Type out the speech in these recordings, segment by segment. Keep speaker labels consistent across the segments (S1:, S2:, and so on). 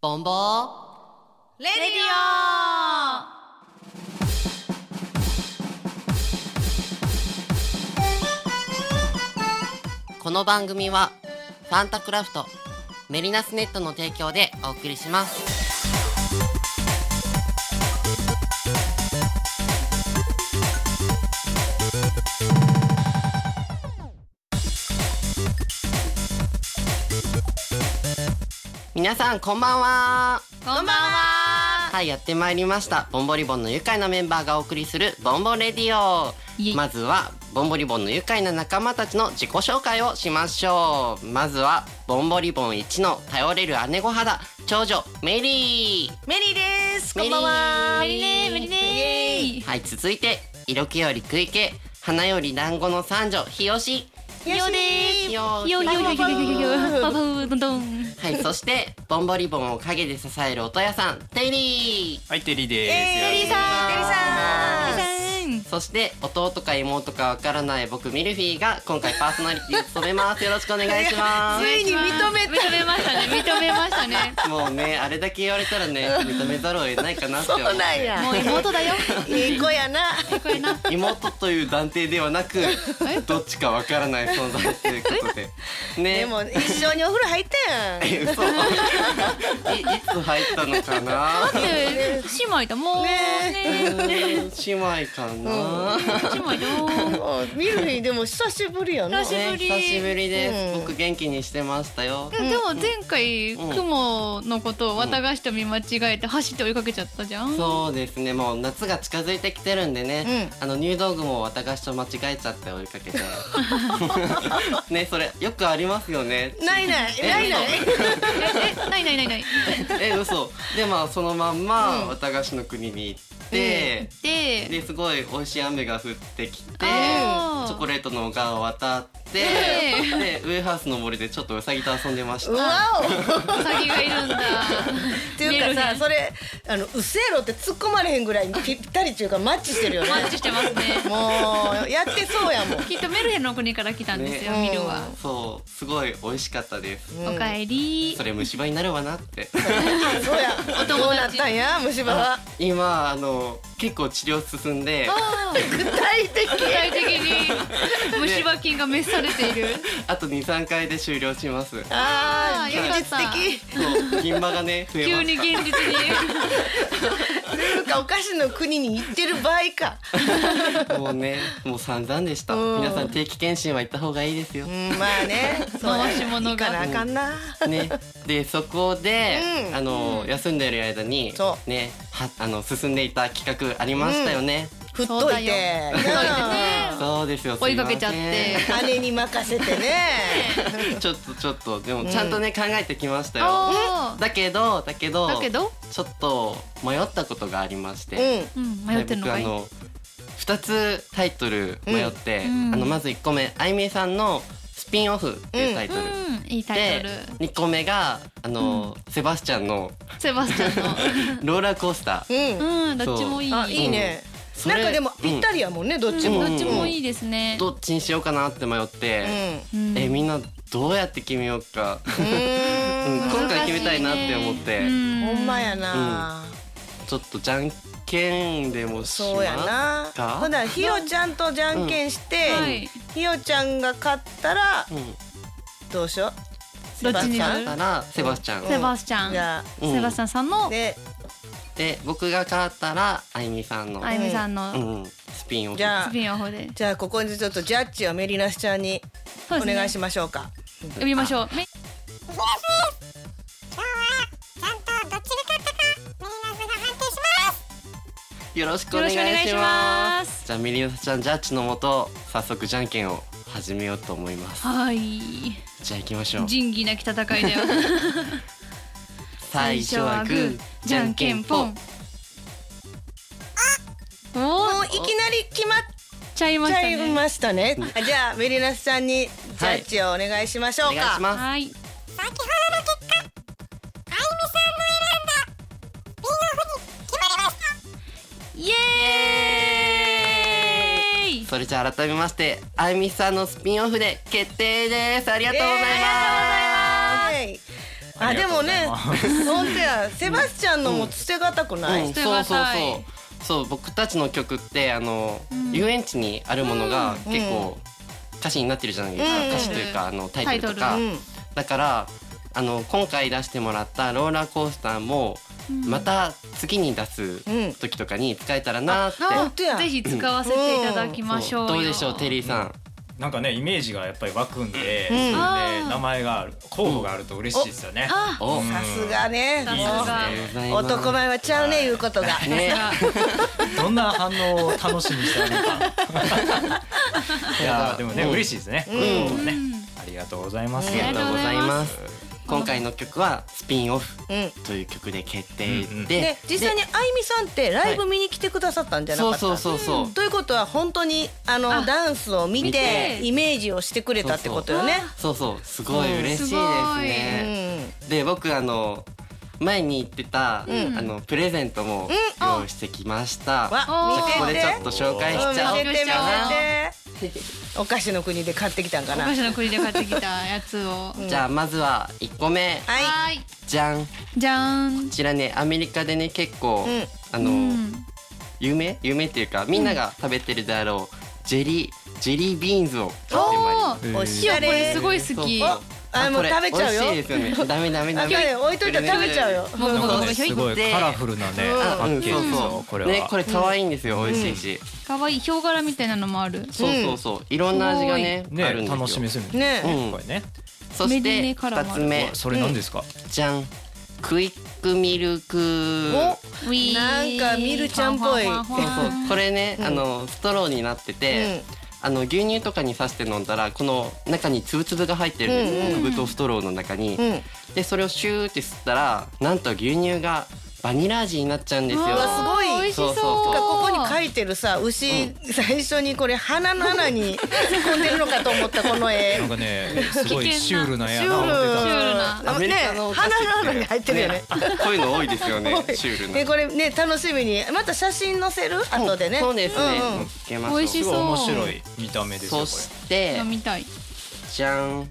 S1: ボンボー
S2: レディ
S1: この番組はファンタクラフトメリナスネットの提供でお送りします皆さんこんばんは
S2: オこんばんは
S1: はいやってまいりましたボンボリボンの愉快なメンバーがお送りするボンボレディオ
S2: イエイ
S1: まずはボンボリボンの愉快な仲間たちの自己紹介をしましょうまずはボンボリボン1の頼れる姉御肌長女メリー
S2: メリーです
S1: メリー
S2: メリーメリーメリー
S1: はい続いて色気より食い気花より団子の三女日吉
S2: ひよです
S1: ひよ
S2: よよよよよよよよパパどんどん
S1: はいそしてボンボリボンを陰で支える音屋さんテリー
S3: はい、テリーです。
S2: テリーさん
S1: テリーさん
S2: テリーさん
S1: そして弟か妹かわからない僕ミルフィーが今回パーソナリティを務めますよろしくお願いし ま
S2: ついに認め認めましたね認めましたね
S1: すもうねあれだけ言われたらね認めざるを得ないかなって思
S4: そうなんや。
S2: もう妹だよ
S4: いい子やな。
S2: これな
S1: 妹という断定ではなくどっちかわからない存在ということでね
S4: でも一緒にお風呂入ったやん。
S1: え嘘いいつ入ったのかな
S2: で姉妹だも
S1: う
S2: んね
S1: ーん姉妹かな、
S2: 姉妹だ
S4: もう見るにでも久しぶりやな。
S2: 久しぶり
S1: ね久しぶりです、
S4: うん
S1: 僕元気にしてましたよ
S2: でも前回雲のことを綿菓子と見間違えて走って追いかけちゃったじゃん
S1: そうですねもう夏が近づいてきてるんでね、あの入道雲を私と間違えちゃって追いかけて ねそれよくありますよね
S4: ないないないない。
S2: ええないないないない
S1: え嘘でまあそのまんま綿菓子の国に行って、
S2: で
S1: ですごい美味しい雨が降ってきてチ
S2: あー
S1: ョコレートの丘を渡って、でウエハースの森でちょっとウサギと遊んでまし
S4: う
S1: た
S4: わお。
S2: ウサギがいるんだ。
S4: っていうかさそれあのうせろって突っ込まれへんぐらいぴったりっていうかマッチしてるよね
S2: マ。ッチしてますね。
S4: もうやってそうやもん。
S2: きっとメルヘンの国から来たんですよ、
S4: ね
S2: ミルは。
S1: そうすごい美味しかったです、
S4: うん
S2: おかえり
S1: そ。れ虫歯になるわなって
S4: そうや。どうなったんや虫歯は。
S1: 今あの結構治療進んで
S4: 具体的。
S2: 具体的に虫歯菌が滅されている。
S1: あと23回で終了します
S4: ああ
S2: あーよか
S4: 現
S2: った
S4: 実的。
S1: そう銀歯がね増えま
S2: 急に
S1: し
S2: 現
S1: た
S2: 実に。
S4: なんかお菓子の国に行ってる場合か。
S1: もうねもう散々でした
S4: うん
S1: 皆さん定期検診は行った方がいい ですよ
S4: うんまあね。そうや
S2: 回し物が
S4: 行かなあかんな。
S1: ね、でそこで、
S4: うん
S1: あの休んでる間に
S4: そ
S1: ねはあの進んでいた企画ありましたよね、
S4: 振っといて。
S2: そうだよね
S1: そうですよ
S2: 追いかけちゃっ
S1: すいません
S2: て。
S4: 姉に任せてね。
S1: ちょっとちょっとでもちゃんとね、考えてきましたよ。
S2: あ
S1: だけどだけど
S2: あ。だけど、
S1: ちょっと迷ったことがありまして、
S4: うん。
S2: うん、
S1: で
S2: 迷ってんの
S1: 僕
S2: か
S1: あ
S2: い。
S1: の2つタイトル迷って、
S2: うんうん
S1: あのまず1個目あいめいさんの「スピンオフ」っていうタイトル。
S2: うん、いいタイ
S1: で
S2: ト ル。
S1: 2個目があの、セバスチャン の
S2: セバスチャ
S1: ローラーコースター。
S4: うん。
S2: ンの。うん、どっちもいい。
S4: あ、いいね。
S1: それ
S4: なんかでも
S1: うん
S4: ぴったりやもんね、どっ
S2: うん
S4: ちも。
S2: どっちもいいですね。
S1: どっちにしようかなって迷っ
S4: う
S1: て、
S4: ん。
S2: うん
S1: えみんなどうやって決めようか、 うん
S4: う
S1: 今回決めたいなって思って、
S4: ん。ほんまや
S1: う
S4: な。
S1: ちょっとじゃんけんでもし
S4: そうや
S1: ま
S4: な
S1: か。
S4: ほな、ひよちゃんとじゃんけんし
S2: は
S4: て、
S2: い。
S4: ひよちゃんが勝ったら
S1: す、うん、
S4: どうしよう。
S2: どっちに
S4: セ
S2: す
S4: バ
S2: る
S4: ス
S1: だったらセバスチャン、
S4: うん
S2: セバスチ
S4: チャ
S2: ャ
S4: ン
S2: ン。
S4: じゃ
S1: うん
S2: セバスチャンさんの
S4: あ、で、
S1: で僕が勝ったらあゆみさんの、
S2: あゆみさんの
S1: うん、スピンを
S4: じゃ
S2: スピンオフで。
S4: じゃあここにちょっとジャッジをメリナスちゃんに
S2: そ
S4: お
S2: うですね
S4: 願いしましょうか。
S2: 呼びましょう。め
S1: よろしくお
S2: よ
S1: 願
S2: ろ
S1: い
S2: し
S1: し
S2: くお願いし
S1: ま
S2: ますす
S1: じゃあミリオサちゃんジャッジのもと早速じゃんけんを始めようと思います
S2: はい。
S1: じゃあ行きましょう
S2: 仁義なき戦いだよ。
S1: 最初はグーじゃんけんぽん。
S4: も
S2: お
S4: う
S2: お、
S4: いきなり決まっ
S2: ちゃいま
S4: ち
S2: した
S4: ゃい
S2: ね。
S4: ましたね。あじゃあメリナスちゃんにジャッジをお願いしましょ
S1: お
S4: うか。
S1: 願いします
S2: はい。イエーイ。
S1: それじゃあ改めましてあゆみさんのスピンオフで決定ですありがとうございます
S4: はいあでもね
S3: ありがとうござい
S4: ほんとやセバスチャンのも捨てがたくな
S1: うん
S4: い、
S2: 捨て
S1: そう
S2: が
S1: そう
S2: たい
S1: そうそう僕たちの曲ってあの、
S2: ん
S1: 遊園地にあるものが
S4: うん
S1: 結構歌詞になってるじゃないですか、
S4: うん
S1: 歌詞というかあのタイトルと
S2: タ
S1: か、
S2: イ
S4: うん
S1: だからあの今回出してもらったローラーコースターもまた次に出
S4: うん
S1: す時とかに使えたらなって、
S4: 本当や
S2: ぜひ使わせていただきまし
S1: そ
S2: ょう
S1: う
S2: よ
S1: どうでしょうテリーさん、
S3: なんかねイメージがやっぱり湧くんで、
S4: うん
S3: それで
S2: あー
S3: 名前がある候補があると嬉しいですよね。
S2: あ
S1: お
S4: さすがね
S2: さす
S3: いい
S2: が
S3: ですね
S1: お
S4: 男前はちゃうね言うことが、
S1: ね
S3: どんな反応を楽しみにしてられるか。いやーでもね、
S1: うん
S3: 嬉しいですね。
S4: うん
S3: こういうのも
S2: う
S3: ね
S2: ん
S3: ありがとうございます。
S1: ありがとうござい
S2: ありがとうございま
S1: ます今回の曲はスピンオフ
S4: うん
S1: という曲で決定
S3: うんうん
S1: で、
S4: で実際にあいみさんってライブ見に来てくださったんじゃなか
S1: そう
S4: った
S1: そうそうそう、
S4: ということは本当にあの
S2: あ
S4: ダンスを見
S1: 見
S4: て
S1: て
S4: イメージをしてくれたってことよね。
S1: そうそうすごい嬉しいです
S4: うん
S1: ね、で僕あの前に言ってた、あのプレゼントも用意してきました、じゃ
S4: わ
S1: あ
S4: 見
S1: ここ
S4: て
S1: で
S4: て
S1: ちょっと紹介しちゃお
S4: う
S1: うん
S4: 見せて見せてお菓子の国で買ってきたんか
S2: お
S4: な。
S2: 菓子の国で買ってきたやつ を
S1: じゃあまずは1個目
S4: は
S2: はい
S1: じゃんこ
S2: じゃーん
S1: ちらねアメリカでね結構、
S4: うん
S1: あの、
S2: うん
S1: 有名有名っていうかみんなが食べてるであろう、ジェリージェリービーンズを買ってまいりまし
S4: い。
S3: ん
S4: おしゃ
S2: これ
S4: れ
S2: す。ごい好き
S1: そう
S4: ああもう
S1: これ
S4: 食べちゃうよ
S1: 美味しいですよねダメダメ
S4: あ
S1: ダ
S4: 今日ね
S1: メ
S4: 置いといたら食べちゃうよ。
S2: もう
S3: なん
S2: も
S3: か
S2: う
S3: ね、
S2: ひょい
S3: すごいカラフルなね、
S4: うん
S3: パッケージです
S1: う
S3: よ
S1: ん、
S3: これ
S1: ね
S3: は。
S1: これ可愛いんですよ、美味しいし、
S2: かわいいヒョウ柄みたいなのもある
S1: そうそうそういろんな味がねあるんで
S3: ね、
S1: すよ
S3: 楽しみするんです
S4: ね
S3: ね。これね。
S1: そし
S2: メディ
S1: て
S2: ネカ
S1: 2
S2: ラーもあ
S1: つ
S2: る
S1: 目
S3: わそれ何ですか。
S1: じゃんクイックミルク
S4: お
S2: ウィー
S4: なんかミルちゃんっぽい
S2: ファンファ
S1: そう
S2: ンファンファン
S1: そうこれね、あのストローになってて、あの牛乳とかに刺して飲んだらこの中に粒々が入ってるんです、
S2: うん
S1: 極太ストローの中に、
S4: うん。
S1: でそれをシューって吸ったらなんと牛乳がバニラ味になっちゃうんですよ
S2: うわ
S4: ごい
S2: 美味しそう
S1: そうそうそう
S4: ここに書いてるさ牛最初にこれ鼻の穴に突っ込んでるのかと思ったこの絵
S3: な。んかね、すごい
S2: 危険な
S3: シュールな
S4: シ
S3: や
S4: ュ
S3: な。思ってた
S4: ー
S2: シュール
S4: ル。
S2: な
S1: アメリカのお
S4: ね
S1: 菓子
S4: 鼻の穴に入ってるよね。
S1: こういうの多いですよねシュールな
S4: ねこれね楽しみにまた写真載せる
S1: うん
S4: 後でね。
S1: そうですね、
S4: うんうん
S1: 乗っけましょう
S2: 美味し
S3: す
S2: そ
S3: ご
S2: う
S3: い面白い見た目ですよ
S1: そ
S3: こ
S1: して
S2: 飲みたい
S1: じゃん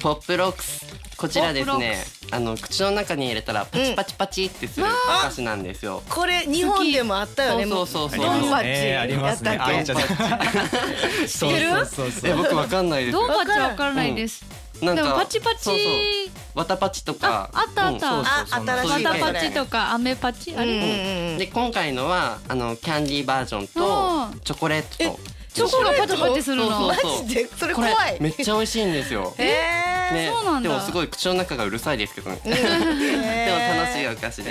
S1: ポップロックスこちらですねあの口の中に入れたらパチパチパチってするお菓子なんですよ、
S4: これ日本でもあったよね。
S1: そうそうそう
S3: れ。
S1: そう
S4: ドンパ
S1: あ
S4: チ
S3: ありますね。
S4: やったっけ
S3: あやっちゃった。知
S4: ってる
S3: そうそう
S1: え
S3: そう。
S1: 僕わかんないです
S2: どうパチわからないです
S1: な
S2: でもパチパチ
S1: そうそうわたパチとか
S2: ああったあった
S1: うん
S4: あ
S3: そ
S1: そ
S4: 新
S3: うそう
S2: バ
S1: う
S4: しい
S2: タ
S1: いう
S2: パチとかアメパチあ
S4: うんう
S2: れ
S1: そうん
S4: うん
S1: で今回のはあのキャンディーバージョン
S2: う
S1: と
S2: ん
S1: チョコレートと
S2: チョコがパチパチする
S1: そう
S2: の
S1: そうそう
S4: マジでそれ
S1: こ
S4: 怖
S1: れ
S4: い。。
S1: めっちゃ美味しいんですよ
S4: え
S1: ね
S2: そうなんだ
S1: でもすごい口の中がうるさいですけどね。でも楽しいお菓子で。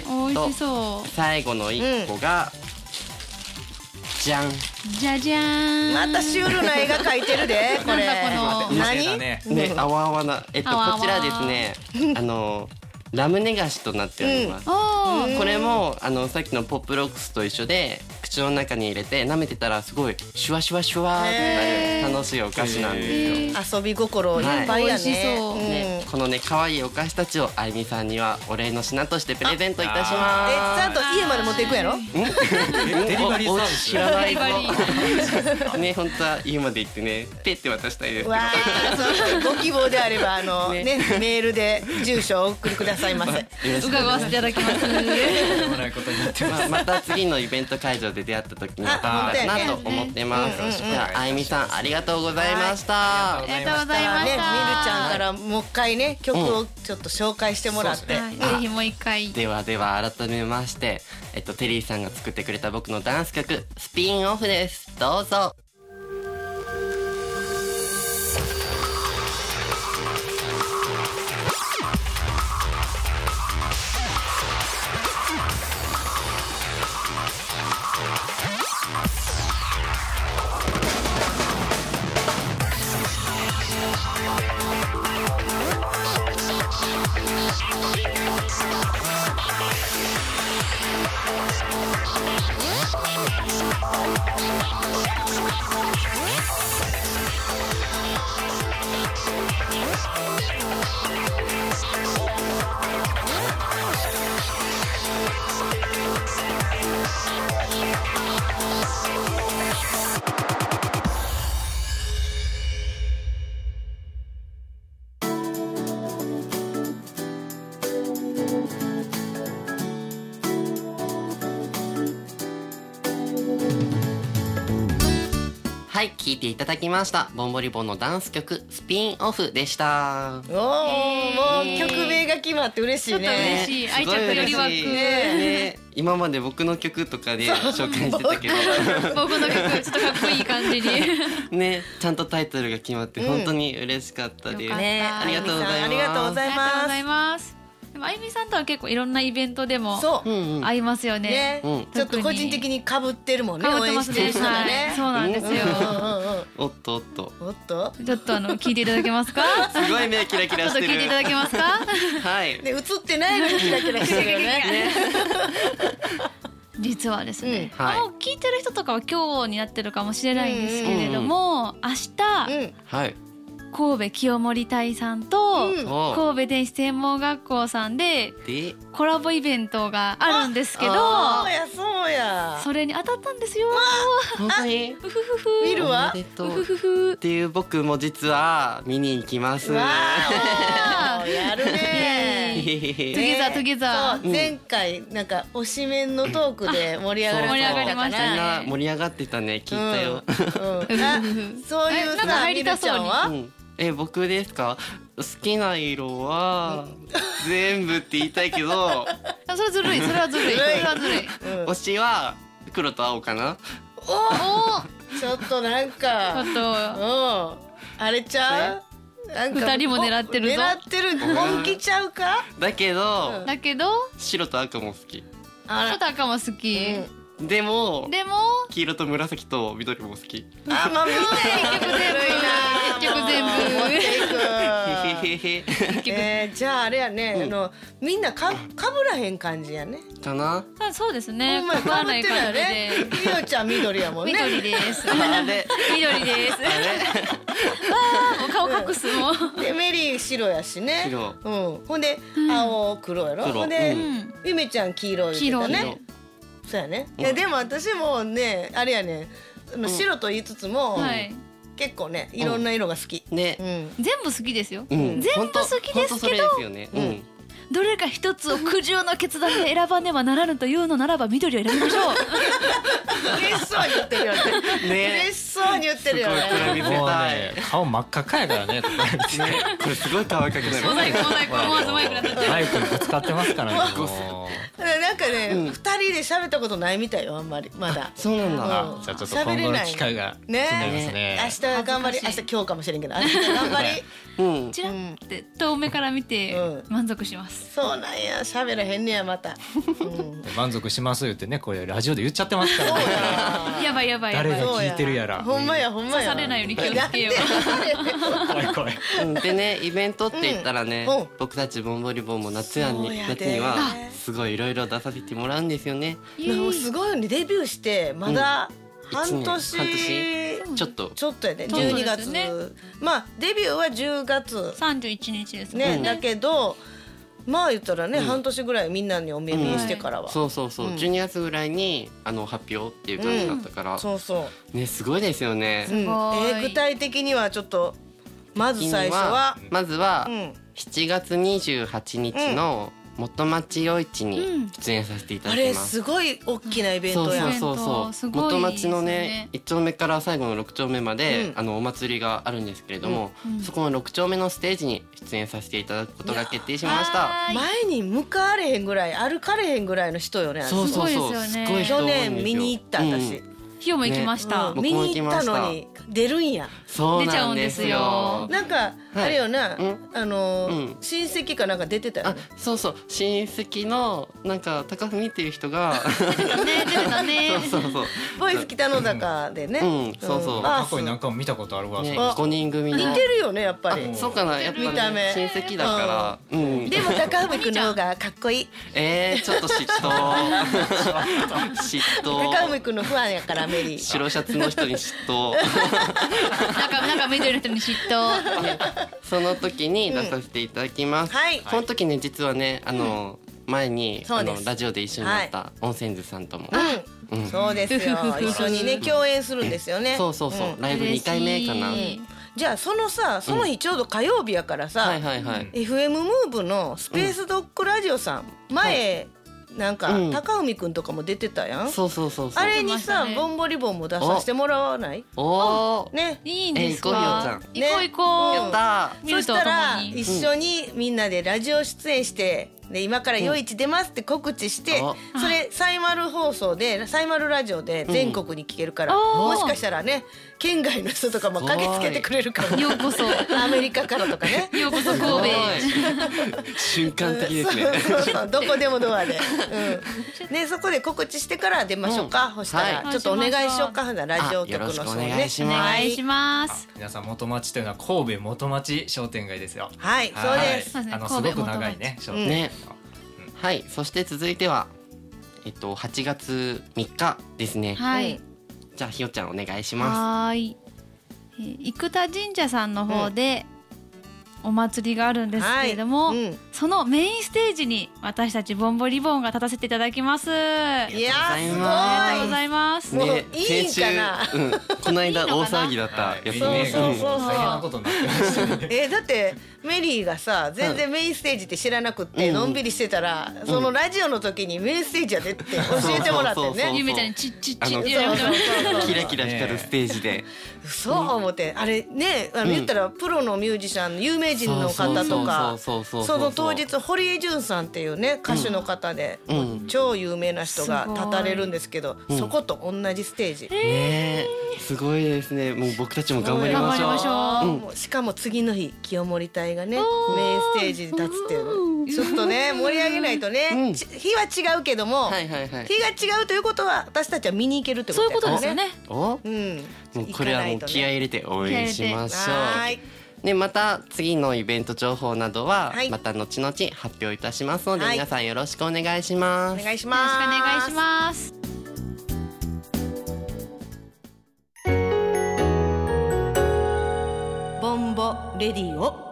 S2: へ
S1: で、え
S2: ー
S1: ーっ
S2: 美
S1: と
S2: 味しそう
S1: 最後の一個が、じゃん。
S2: じゃじゃーん
S4: またシュールな絵が描いてるでこれ
S2: なんだこ。の
S3: 店だ
S4: 何？
S3: ね
S1: ね、あわあわな。えっと
S2: あわあわ
S1: こちらですね。あのラムネ菓子となっております。
S2: あ
S1: これもあのさっきのポップロックスと一緒で口の中に入れて舐めてたらすごいシュワシュワシュワーってなる楽しいお菓子なんですよ。
S2: ー
S4: 遊び心いっぱいや
S2: はい美味し
S4: ね。
S2: そうん
S1: ね、このね可愛いお菓子たちをあゆみさんにはお礼の品としてプレゼントいたし
S4: えちゃ
S1: ま
S4: んと家まで持っていくんやろ？
S1: す。
S3: デリバリーサービス
S1: お知らない
S2: バリバリ
S1: ぞ。ね本当は家まで行ってねペって渡したいですけど。
S4: わあ、そうご希望であればあのねメールで住所をお送りくださいませ。
S1: よろしく
S2: 伺わせていただきます
S3: とんでもないことになってま
S1: まあまた次のイベント会場で出会った時にま
S4: あ
S1: た会えたらな
S2: 本
S1: と
S2: 当やね
S1: 思ってます。
S3: うんうんうん
S1: じゃああゆみさんありがとうございました。
S3: はいあり
S2: ありがとうござい
S4: ね、
S2: ま
S4: み
S2: し
S4: るちゃんか
S2: た
S4: らもう一回ね曲をちょっと紹介してもらって、
S2: はいぜひもう一回
S1: ではでは改めまして、えっと、テリーさんが作ってくれた僕のダンス曲「スピンオフ」ですどうぞはい聴いていただきましたボンボリボンのダンス曲スピンオフでした
S4: おお、もう曲名が決まって嬉しい
S2: 嬉
S4: ね。
S2: しい
S1: ね
S2: 愛着より湧く
S1: すごい嬉しいね今まで僕の曲とかで紹介してたけ
S2: 僕の曲ちょっとかっこいい感じに
S1: どねちゃんとタイトルが決まって本当に嬉しかったです、
S2: よかった
S4: ね、
S2: あ
S1: りがとうございます
S4: ありがとうご
S2: あ
S4: ざい
S2: りがとうご
S4: ま
S2: ざいますでもあゆみさんとは結構いろんなイベントでも
S4: す。そ
S1: うん
S4: う、
S1: うん
S2: 会いますよ
S4: ね
S2: ね
S1: うん、
S4: ちょっと個人的に被ってるもんね。
S2: かぶってます
S4: 応援してる
S2: ね
S4: 人がね
S2: はい。そうなんですよ
S4: うんうんうん
S1: おっとおっと
S4: うん。おっと。
S2: ちょっとあの聞いていただけますかち
S1: すごい目キラキ
S2: ょ
S1: ラ
S2: っ
S1: し
S2: と
S1: て
S2: 聞
S1: る
S2: いていただけますか
S1: はい
S4: で映ってないのにキラキラしてるよね。
S2: 実はですね、
S1: うんはい
S2: もう聞いてる人とかは今日になってるかもしれないんですけれども、明日、
S4: うん。
S1: はい
S2: 神戸清盛隊さんと、
S4: うん
S1: お
S2: 神戸電子専門学校さんで
S1: で
S2: コラボイベントがあるんですけど
S4: そうやそうや。
S2: それに当たったんですよ。
S1: 本当に
S2: ふふふふ
S4: 見るわ
S1: おめでと
S2: ふ
S1: う
S2: ふ
S1: っ
S2: ふふ
S1: ていう僕も実は見に行きます
S4: わあ、 やるね。
S2: イエー
S1: へ
S2: イ
S1: へ
S2: トゥ
S1: へ
S2: ゲザートゥゲザー
S4: そう前回なんか推しメンのトークで盛り上が
S2: そう
S4: り
S2: 盛り上がりましたね
S1: みんな盛り上がってたね聞いたよ、
S4: うんあそういう
S2: えなんか
S4: さ
S2: 入
S4: み
S2: り
S4: な
S2: た
S4: ち
S2: そう
S4: ゃ
S2: に
S4: ん
S1: う
S4: は
S1: ん、え僕ですか好きな色は全部って言いたいけ ど
S2: あそれずるいそれはずるい
S4: ず
S2: そ
S4: るい
S2: れはずるい。
S4: うん
S1: 推しは黒と青かな
S2: お
S4: ちょっとなんかうん
S2: あ
S4: あれちゃうなんか
S2: 二人も狙ってるぞ
S4: 狙ってる本気ちゃうか
S1: だけど、
S2: とだけど
S1: 白と赤も好き
S4: あ
S2: ちょっと赤も好き。
S4: うん
S1: でも
S2: でも
S1: 黄色と紫と緑も好き
S4: あまあ見て
S2: 結局全部結局全部
S4: 持っていく
S1: へへへ へ
S2: 結局、
S4: えーじゃああれやねあのみんなかかぶらへん感じやね
S1: か な
S2: あそうですね。
S4: ほんま
S2: かか
S4: か
S2: ら
S4: ぶ
S2: な
S4: っ
S2: い
S4: てるよ
S2: 感じ
S4: ね
S2: で
S4: みおちゃん緑やもんね
S2: 緑です。
S1: あれ
S2: 緑です。
S1: あれ
S2: もう顔隠すもう。
S4: でメリー白やしね
S1: 白
S4: うん、ほんで、青黒やろ
S1: 黒
S4: ほんで、
S1: うん
S4: ゆめちゃん黄色い言ってた
S2: 黄
S4: ね
S2: 色
S4: そうやね、いやでも私もねあれやねあの白と言いつつも、
S2: はい。
S4: 結構ねいろんな色が好き、
S1: ね
S4: う、ん、
S2: 全部好きですよ。
S1: うん
S2: 全部好きですけ
S1: ほん
S2: ど
S1: とほんとそれですよね、うん
S2: どれか一つを苦渋の決断で選ばねばならぬというのならば緑を選びましょう。
S4: 嬉しそうに言ってるよね 嬉
S1: ね
S4: しそうに言ってるよ
S1: す
S4: ね
S1: ごい比べて
S4: ね
S3: もうね顔真っ赤っかやからね。
S1: ねこれすごい可愛くな
S2: モ
S1: る
S2: ザイクモザイク思わずマイクなっちゃった。
S3: マイクにぶつかってますからね。もう
S4: なんかね、
S1: う
S4: 二
S1: ん
S4: 人で喋ったことないみたいよあんまりまだ
S1: そうなんだ
S4: うん
S3: あじゃあちょっと今後の機会が気に
S4: ね
S3: なります
S4: 明
S3: ね。
S4: 日頑張り明
S2: 恥ずかしい
S4: 日今日かもしれんけど明日頑張り
S1: うん
S2: ちらって遠目から見て
S4: う
S2: 満足します。
S4: そうなんや喋らへんねやまた、うん、
S3: 満足します言ってねこれラジオで言っちゃってますからね。
S2: やばいやばいやば
S3: 誰
S2: い。
S3: が聞いてるやら。
S4: ほんまやほんまや
S2: 刺されないように気をつ けよう
S4: う
S3: 怖い怖い。
S1: うんでねイベントって言ったらね、
S4: うんうん
S1: 僕たちボンボリボンも夏や
S4: そう
S1: に
S4: やで
S1: 夏にはすごいいろいろ出させてもらうんですよね
S4: もうすごいよねデビューしてまだ半年
S1: 一年ちょっと
S4: ちょっとやね
S2: そうですね
S4: 12月、まあデビューは10月
S2: 三十一日です
S4: ね、
S2: ね。
S4: だけどまあ言ったらね、
S1: うん
S4: 半年ぐらいみんなにお目見えしてからは、
S1: そうそうそう、
S4: うん
S1: 12月ぐらいにあの発表っていう感じだったから、
S4: そうそ
S1: ねすごいですよね
S4: う、うん、え
S2: ごい
S4: ー具体的にはちょっとまず最初は
S1: まずは
S4: うん
S1: 7月28日の元町夜市に出演させていただ
S4: あ
S1: き
S4: れ
S1: ます、
S4: すごい大きなイベン
S1: そ
S4: ト
S1: う
S4: や
S1: そう
S4: ん
S1: そうそう
S2: すごい
S1: 元町の
S2: で
S1: ね
S2: すね
S1: 一丁目から最後の六丁目まで、
S4: うん
S1: あのお祭りがあるんですけれども、
S2: うんうん
S1: そこの六丁目のステージに出演させていただくことが決定しました。
S2: はーい
S4: 前に向かわれへんぐらい歩かれへんぐらいの人よねあれ
S1: そうそうそう、
S2: すごいですよね
S1: 人多
S4: 去
S1: いんですよ
S4: 年見に行った私、
S1: うん
S2: ひよも行きました。
S1: ね
S4: 見に行ったのに出るんや
S1: そうなんです
S2: 出ちゃう
S1: よ
S2: ん。
S4: なんか
S1: い
S4: あれよな、
S1: うん
S4: あのー
S1: う
S4: 親戚かなんか出てたよ
S1: あ
S4: ね、
S1: そうそう、親戚のなんか高文っていう人が、
S2: ね出てたね
S1: そう。そうそう、
S4: ボイス北野坂でね、
S1: うんそうそう
S4: バ
S3: 過去に何
S4: ー
S3: 回も見たことあるわ。
S1: ね
S4: あ、
S1: 五人組の。
S4: ス似てるよねやっぱり
S1: あそうかな、やっぱ
S4: 見た目
S1: ね、親戚だから、うん。
S4: でも高文君の方がかっこいい
S1: えー、ちょっと嫉妬。 嫉
S4: 高
S1: 妬。
S4: 文君のファンやからメリー
S1: 白シャツの人に嫉 妬。
S2: なんかなんか緑の人に嫉妬。
S1: その時に出させていただきます。
S4: うんはい
S1: その時ね、実はね、あの、前に、
S4: そ
S1: あ
S4: うです
S1: の、ラジオで一緒になった温泉図さんとも。
S4: う
S1: うんん
S4: そうです よ一緒にね共演するんですよね
S1: そうそうそう、
S4: ん
S1: ライブ二回目かな。
S2: 嬉しい
S4: じゃあそのさその日ちょうど火曜日やからさ、
S1: はいはいはい。
S4: FM ムーブのスペースドッグラジオさん、前なんか、
S1: うん
S4: 高海くんとかも出てたやん
S1: そうそうそうそう。
S4: あれにさ、
S2: 出てましたね
S4: ボンボリボンも出させてもらわない
S1: おおー。
S4: ね
S2: いいんです
S1: え
S2: か。
S1: ー
S4: 行こうよ
S2: 行こう
S4: ね
S2: 行
S1: やっ
S2: こ
S1: た
S2: う。見
S4: そ
S2: る
S4: し
S2: と
S4: た
S2: と
S4: ら
S2: もに。
S4: 一緒にみんなでラジオ出演してで今から「夜市出ます」って告知して、
S1: うん
S2: あ
S4: それサイマル放送でサイマルラジオで全国に聞けるから、
S2: うんおー
S4: もしかしたらね県外の人とかも駆けつけてくれるか
S2: ようこそ。
S4: らアメリカからとかね。
S2: ようこそ神
S1: すご
S2: 戸
S1: い
S2: へ。
S1: 瞬間的ですね。
S4: そうそう そうどこでもドアで、うん、ねそこで告知してから出ましょうか、
S1: うん
S4: そしたら、
S2: はい
S4: ちょっとお願いしようかほなラジオ局の人
S1: あよろしくお願いし
S2: お
S1: ます
S2: 願いします。
S3: 皆さん元町というのは神戸元町商店街ですよ。
S4: はいそうです
S2: そうですね
S3: あのす
S2: 神
S3: ご
S2: 戸
S3: く
S2: 元町
S3: 長いね商
S4: うん
S3: 店街
S1: ね。はい。そして続いては、えっと8月3日ですね。
S2: はい。
S1: じゃあひよちゃんお願いしま
S2: はーい。えー生田神社さんの方で。お祭りがあるんですけれども、
S4: はいうん
S2: そのメインステージに私たちボンボリボンが立たせていただきます。あり
S4: いやーすごい
S1: あ
S2: がとうございます。
S1: す。
S4: もう
S1: ね、
S4: いいんかな
S1: 先週、うん、この間
S2: いいの
S1: 大
S2: かな
S1: 騒ぎだった
S3: は
S1: や
S3: い
S1: つ
S4: そう
S1: ね。
S4: そうそう
S3: 大変なことになってましたね。
S4: えーだってメリーがさ全然メインステージって知らなくって
S1: うん
S4: のんびりしてたら、そのラジオの時にメインステージやでって教えてもらって
S1: そうそうそうそ
S4: ね
S2: ゆめちゃんにチッチッ
S1: あ
S2: チッ
S1: の
S2: ってやめてもらって
S1: キラキラ光るステージで、
S4: そう思ってあれねあの
S1: うん
S4: 言ったらプロのミュージシャンの有名人の方とか
S1: そうそうそうそうそう
S4: その当日堀江潤さんっていうね歌手の方で、
S1: うん
S4: もう超有名な人が立たれるんですけど
S1: うん
S4: そこと同じステージ。
S1: ねえ、すごいですね。もう僕たちも頑張りましょう。
S2: 頑張りましょう
S4: もうしかも次の日清盛隊がねメインステージに立つっていうちょっとね盛り上げないとね、
S1: うん
S4: ち日は違うけども、
S1: はいはいはい。
S4: 日が違うということは私たちは見に行けるってこ
S2: そう
S4: と
S2: いうことですよね。
S1: お、
S4: うん、
S1: もうこれはもう気合い
S4: い
S1: 入れて応援しましょ。
S4: はーいう
S1: でまた次のイベント情報などは
S4: はい
S1: また後々発表いたしますので、
S4: はい
S1: 皆さんよろしくお願いしま
S4: お
S1: す。
S4: 願いし
S2: よ
S4: ま
S2: ろし
S4: す
S2: くお願いします。
S4: ボンボレディオ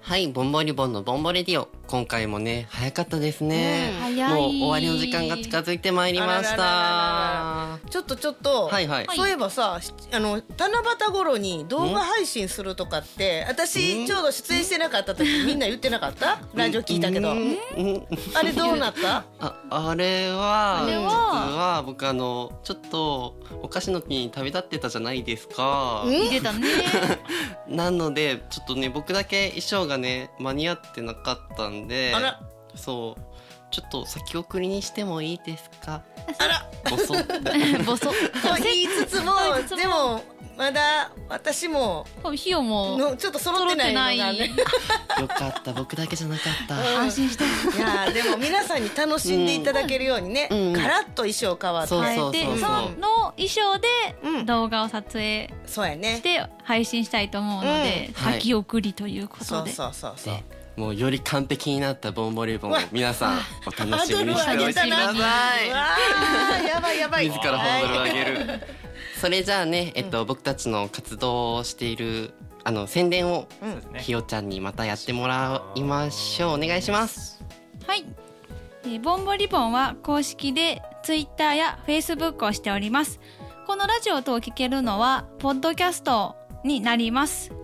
S1: はい、ボンボリボンのボンボレディオ、今回もね早かったですね。
S2: 早い。
S1: もう終わりの時間が近づいてまいりました。
S4: あらららら
S1: は
S4: ちょっとちょっと、
S1: いはい。
S4: そういえばさしあの七夕頃に動画配信するとかって
S1: ん
S4: 私ちょうど出演してなかった時みんな言ってなかったラジオ聞いたけど
S1: うんうん
S4: あれどうなった
S1: ああれは
S2: あれは
S1: 実は僕あのちょっとお菓子の木に旅立ってたじゃないですか
S4: ん
S2: 見てたね。
S1: なのでちょっとね僕だけ衣装がね間に合ってなかったんで
S4: あら
S1: そうちょっと先送りにしてもいいですか
S4: あら
S1: ごそ
S2: ボソ。
S4: と言いつつも
S2: 言いつつも
S4: でもまだ私も
S2: 費用も
S4: のちょっと揃っ
S2: 揃
S4: て
S2: っ
S4: な
S2: て
S4: いの
S2: ない。
S4: がね
S1: よかった僕だけじゃなかった
S2: 安心して。
S4: いやーでも皆さんに楽しんでいただけるようにね、
S1: うん
S4: ガラッと衣装変わって
S1: そう
S2: 変
S1: そう
S2: えて
S1: そう
S2: そ
S1: そう
S2: の衣装で
S4: うん
S2: 動画を撮影
S4: そうやね
S2: して配信したいと思うので
S1: うんはい
S2: 先送りというこ
S4: そ
S2: と
S4: う
S2: で。
S4: そうそうそう
S1: でもうより完璧になったボンボリボンを
S4: わ
S1: 皆さんお楽
S4: ハー
S1: し
S4: ド
S1: み
S4: ル
S1: にしておい
S4: 上
S1: て
S4: げ
S1: くださ
S4: たなう
S1: い
S4: わ ーやばいやばい
S1: 自らハードル
S4: はい
S1: 上げる。それじゃあね、えっと、僕たちの活動をしている、あの宣伝を。
S4: うん
S3: そうです
S1: ひ
S3: ね。
S1: よちゃんにまたやってもらいましょう。お願いします。
S2: はい、えーボンボリボンは公式でツイッターやフェイスブックをしておりますこのラジオ等を聞けるのはポッドキャストになります、えー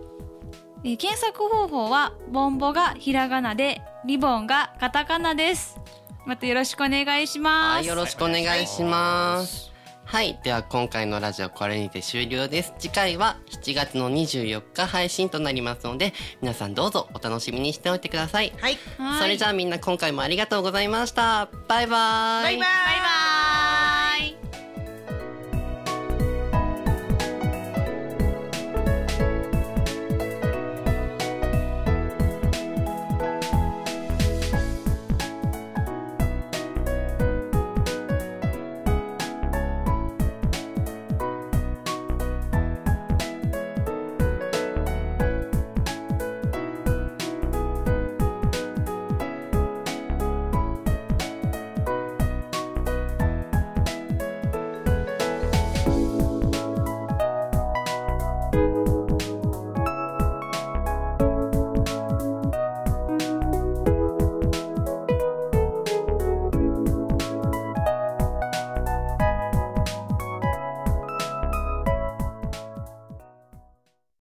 S2: 検索方法はボンボがひらがなでリボンがカタカナですまたよろしくお願いしま
S1: は
S2: す
S1: い、よろしくお願いします。はい、では今回のラジオこれにて終了です。次回は7月の24日配信となりますので、皆さんどうぞお楽しみにしておいてください。
S4: はい
S2: はい
S1: それじゃあみんな今回もありがとうございました。バイバイ。
S4: バイバイ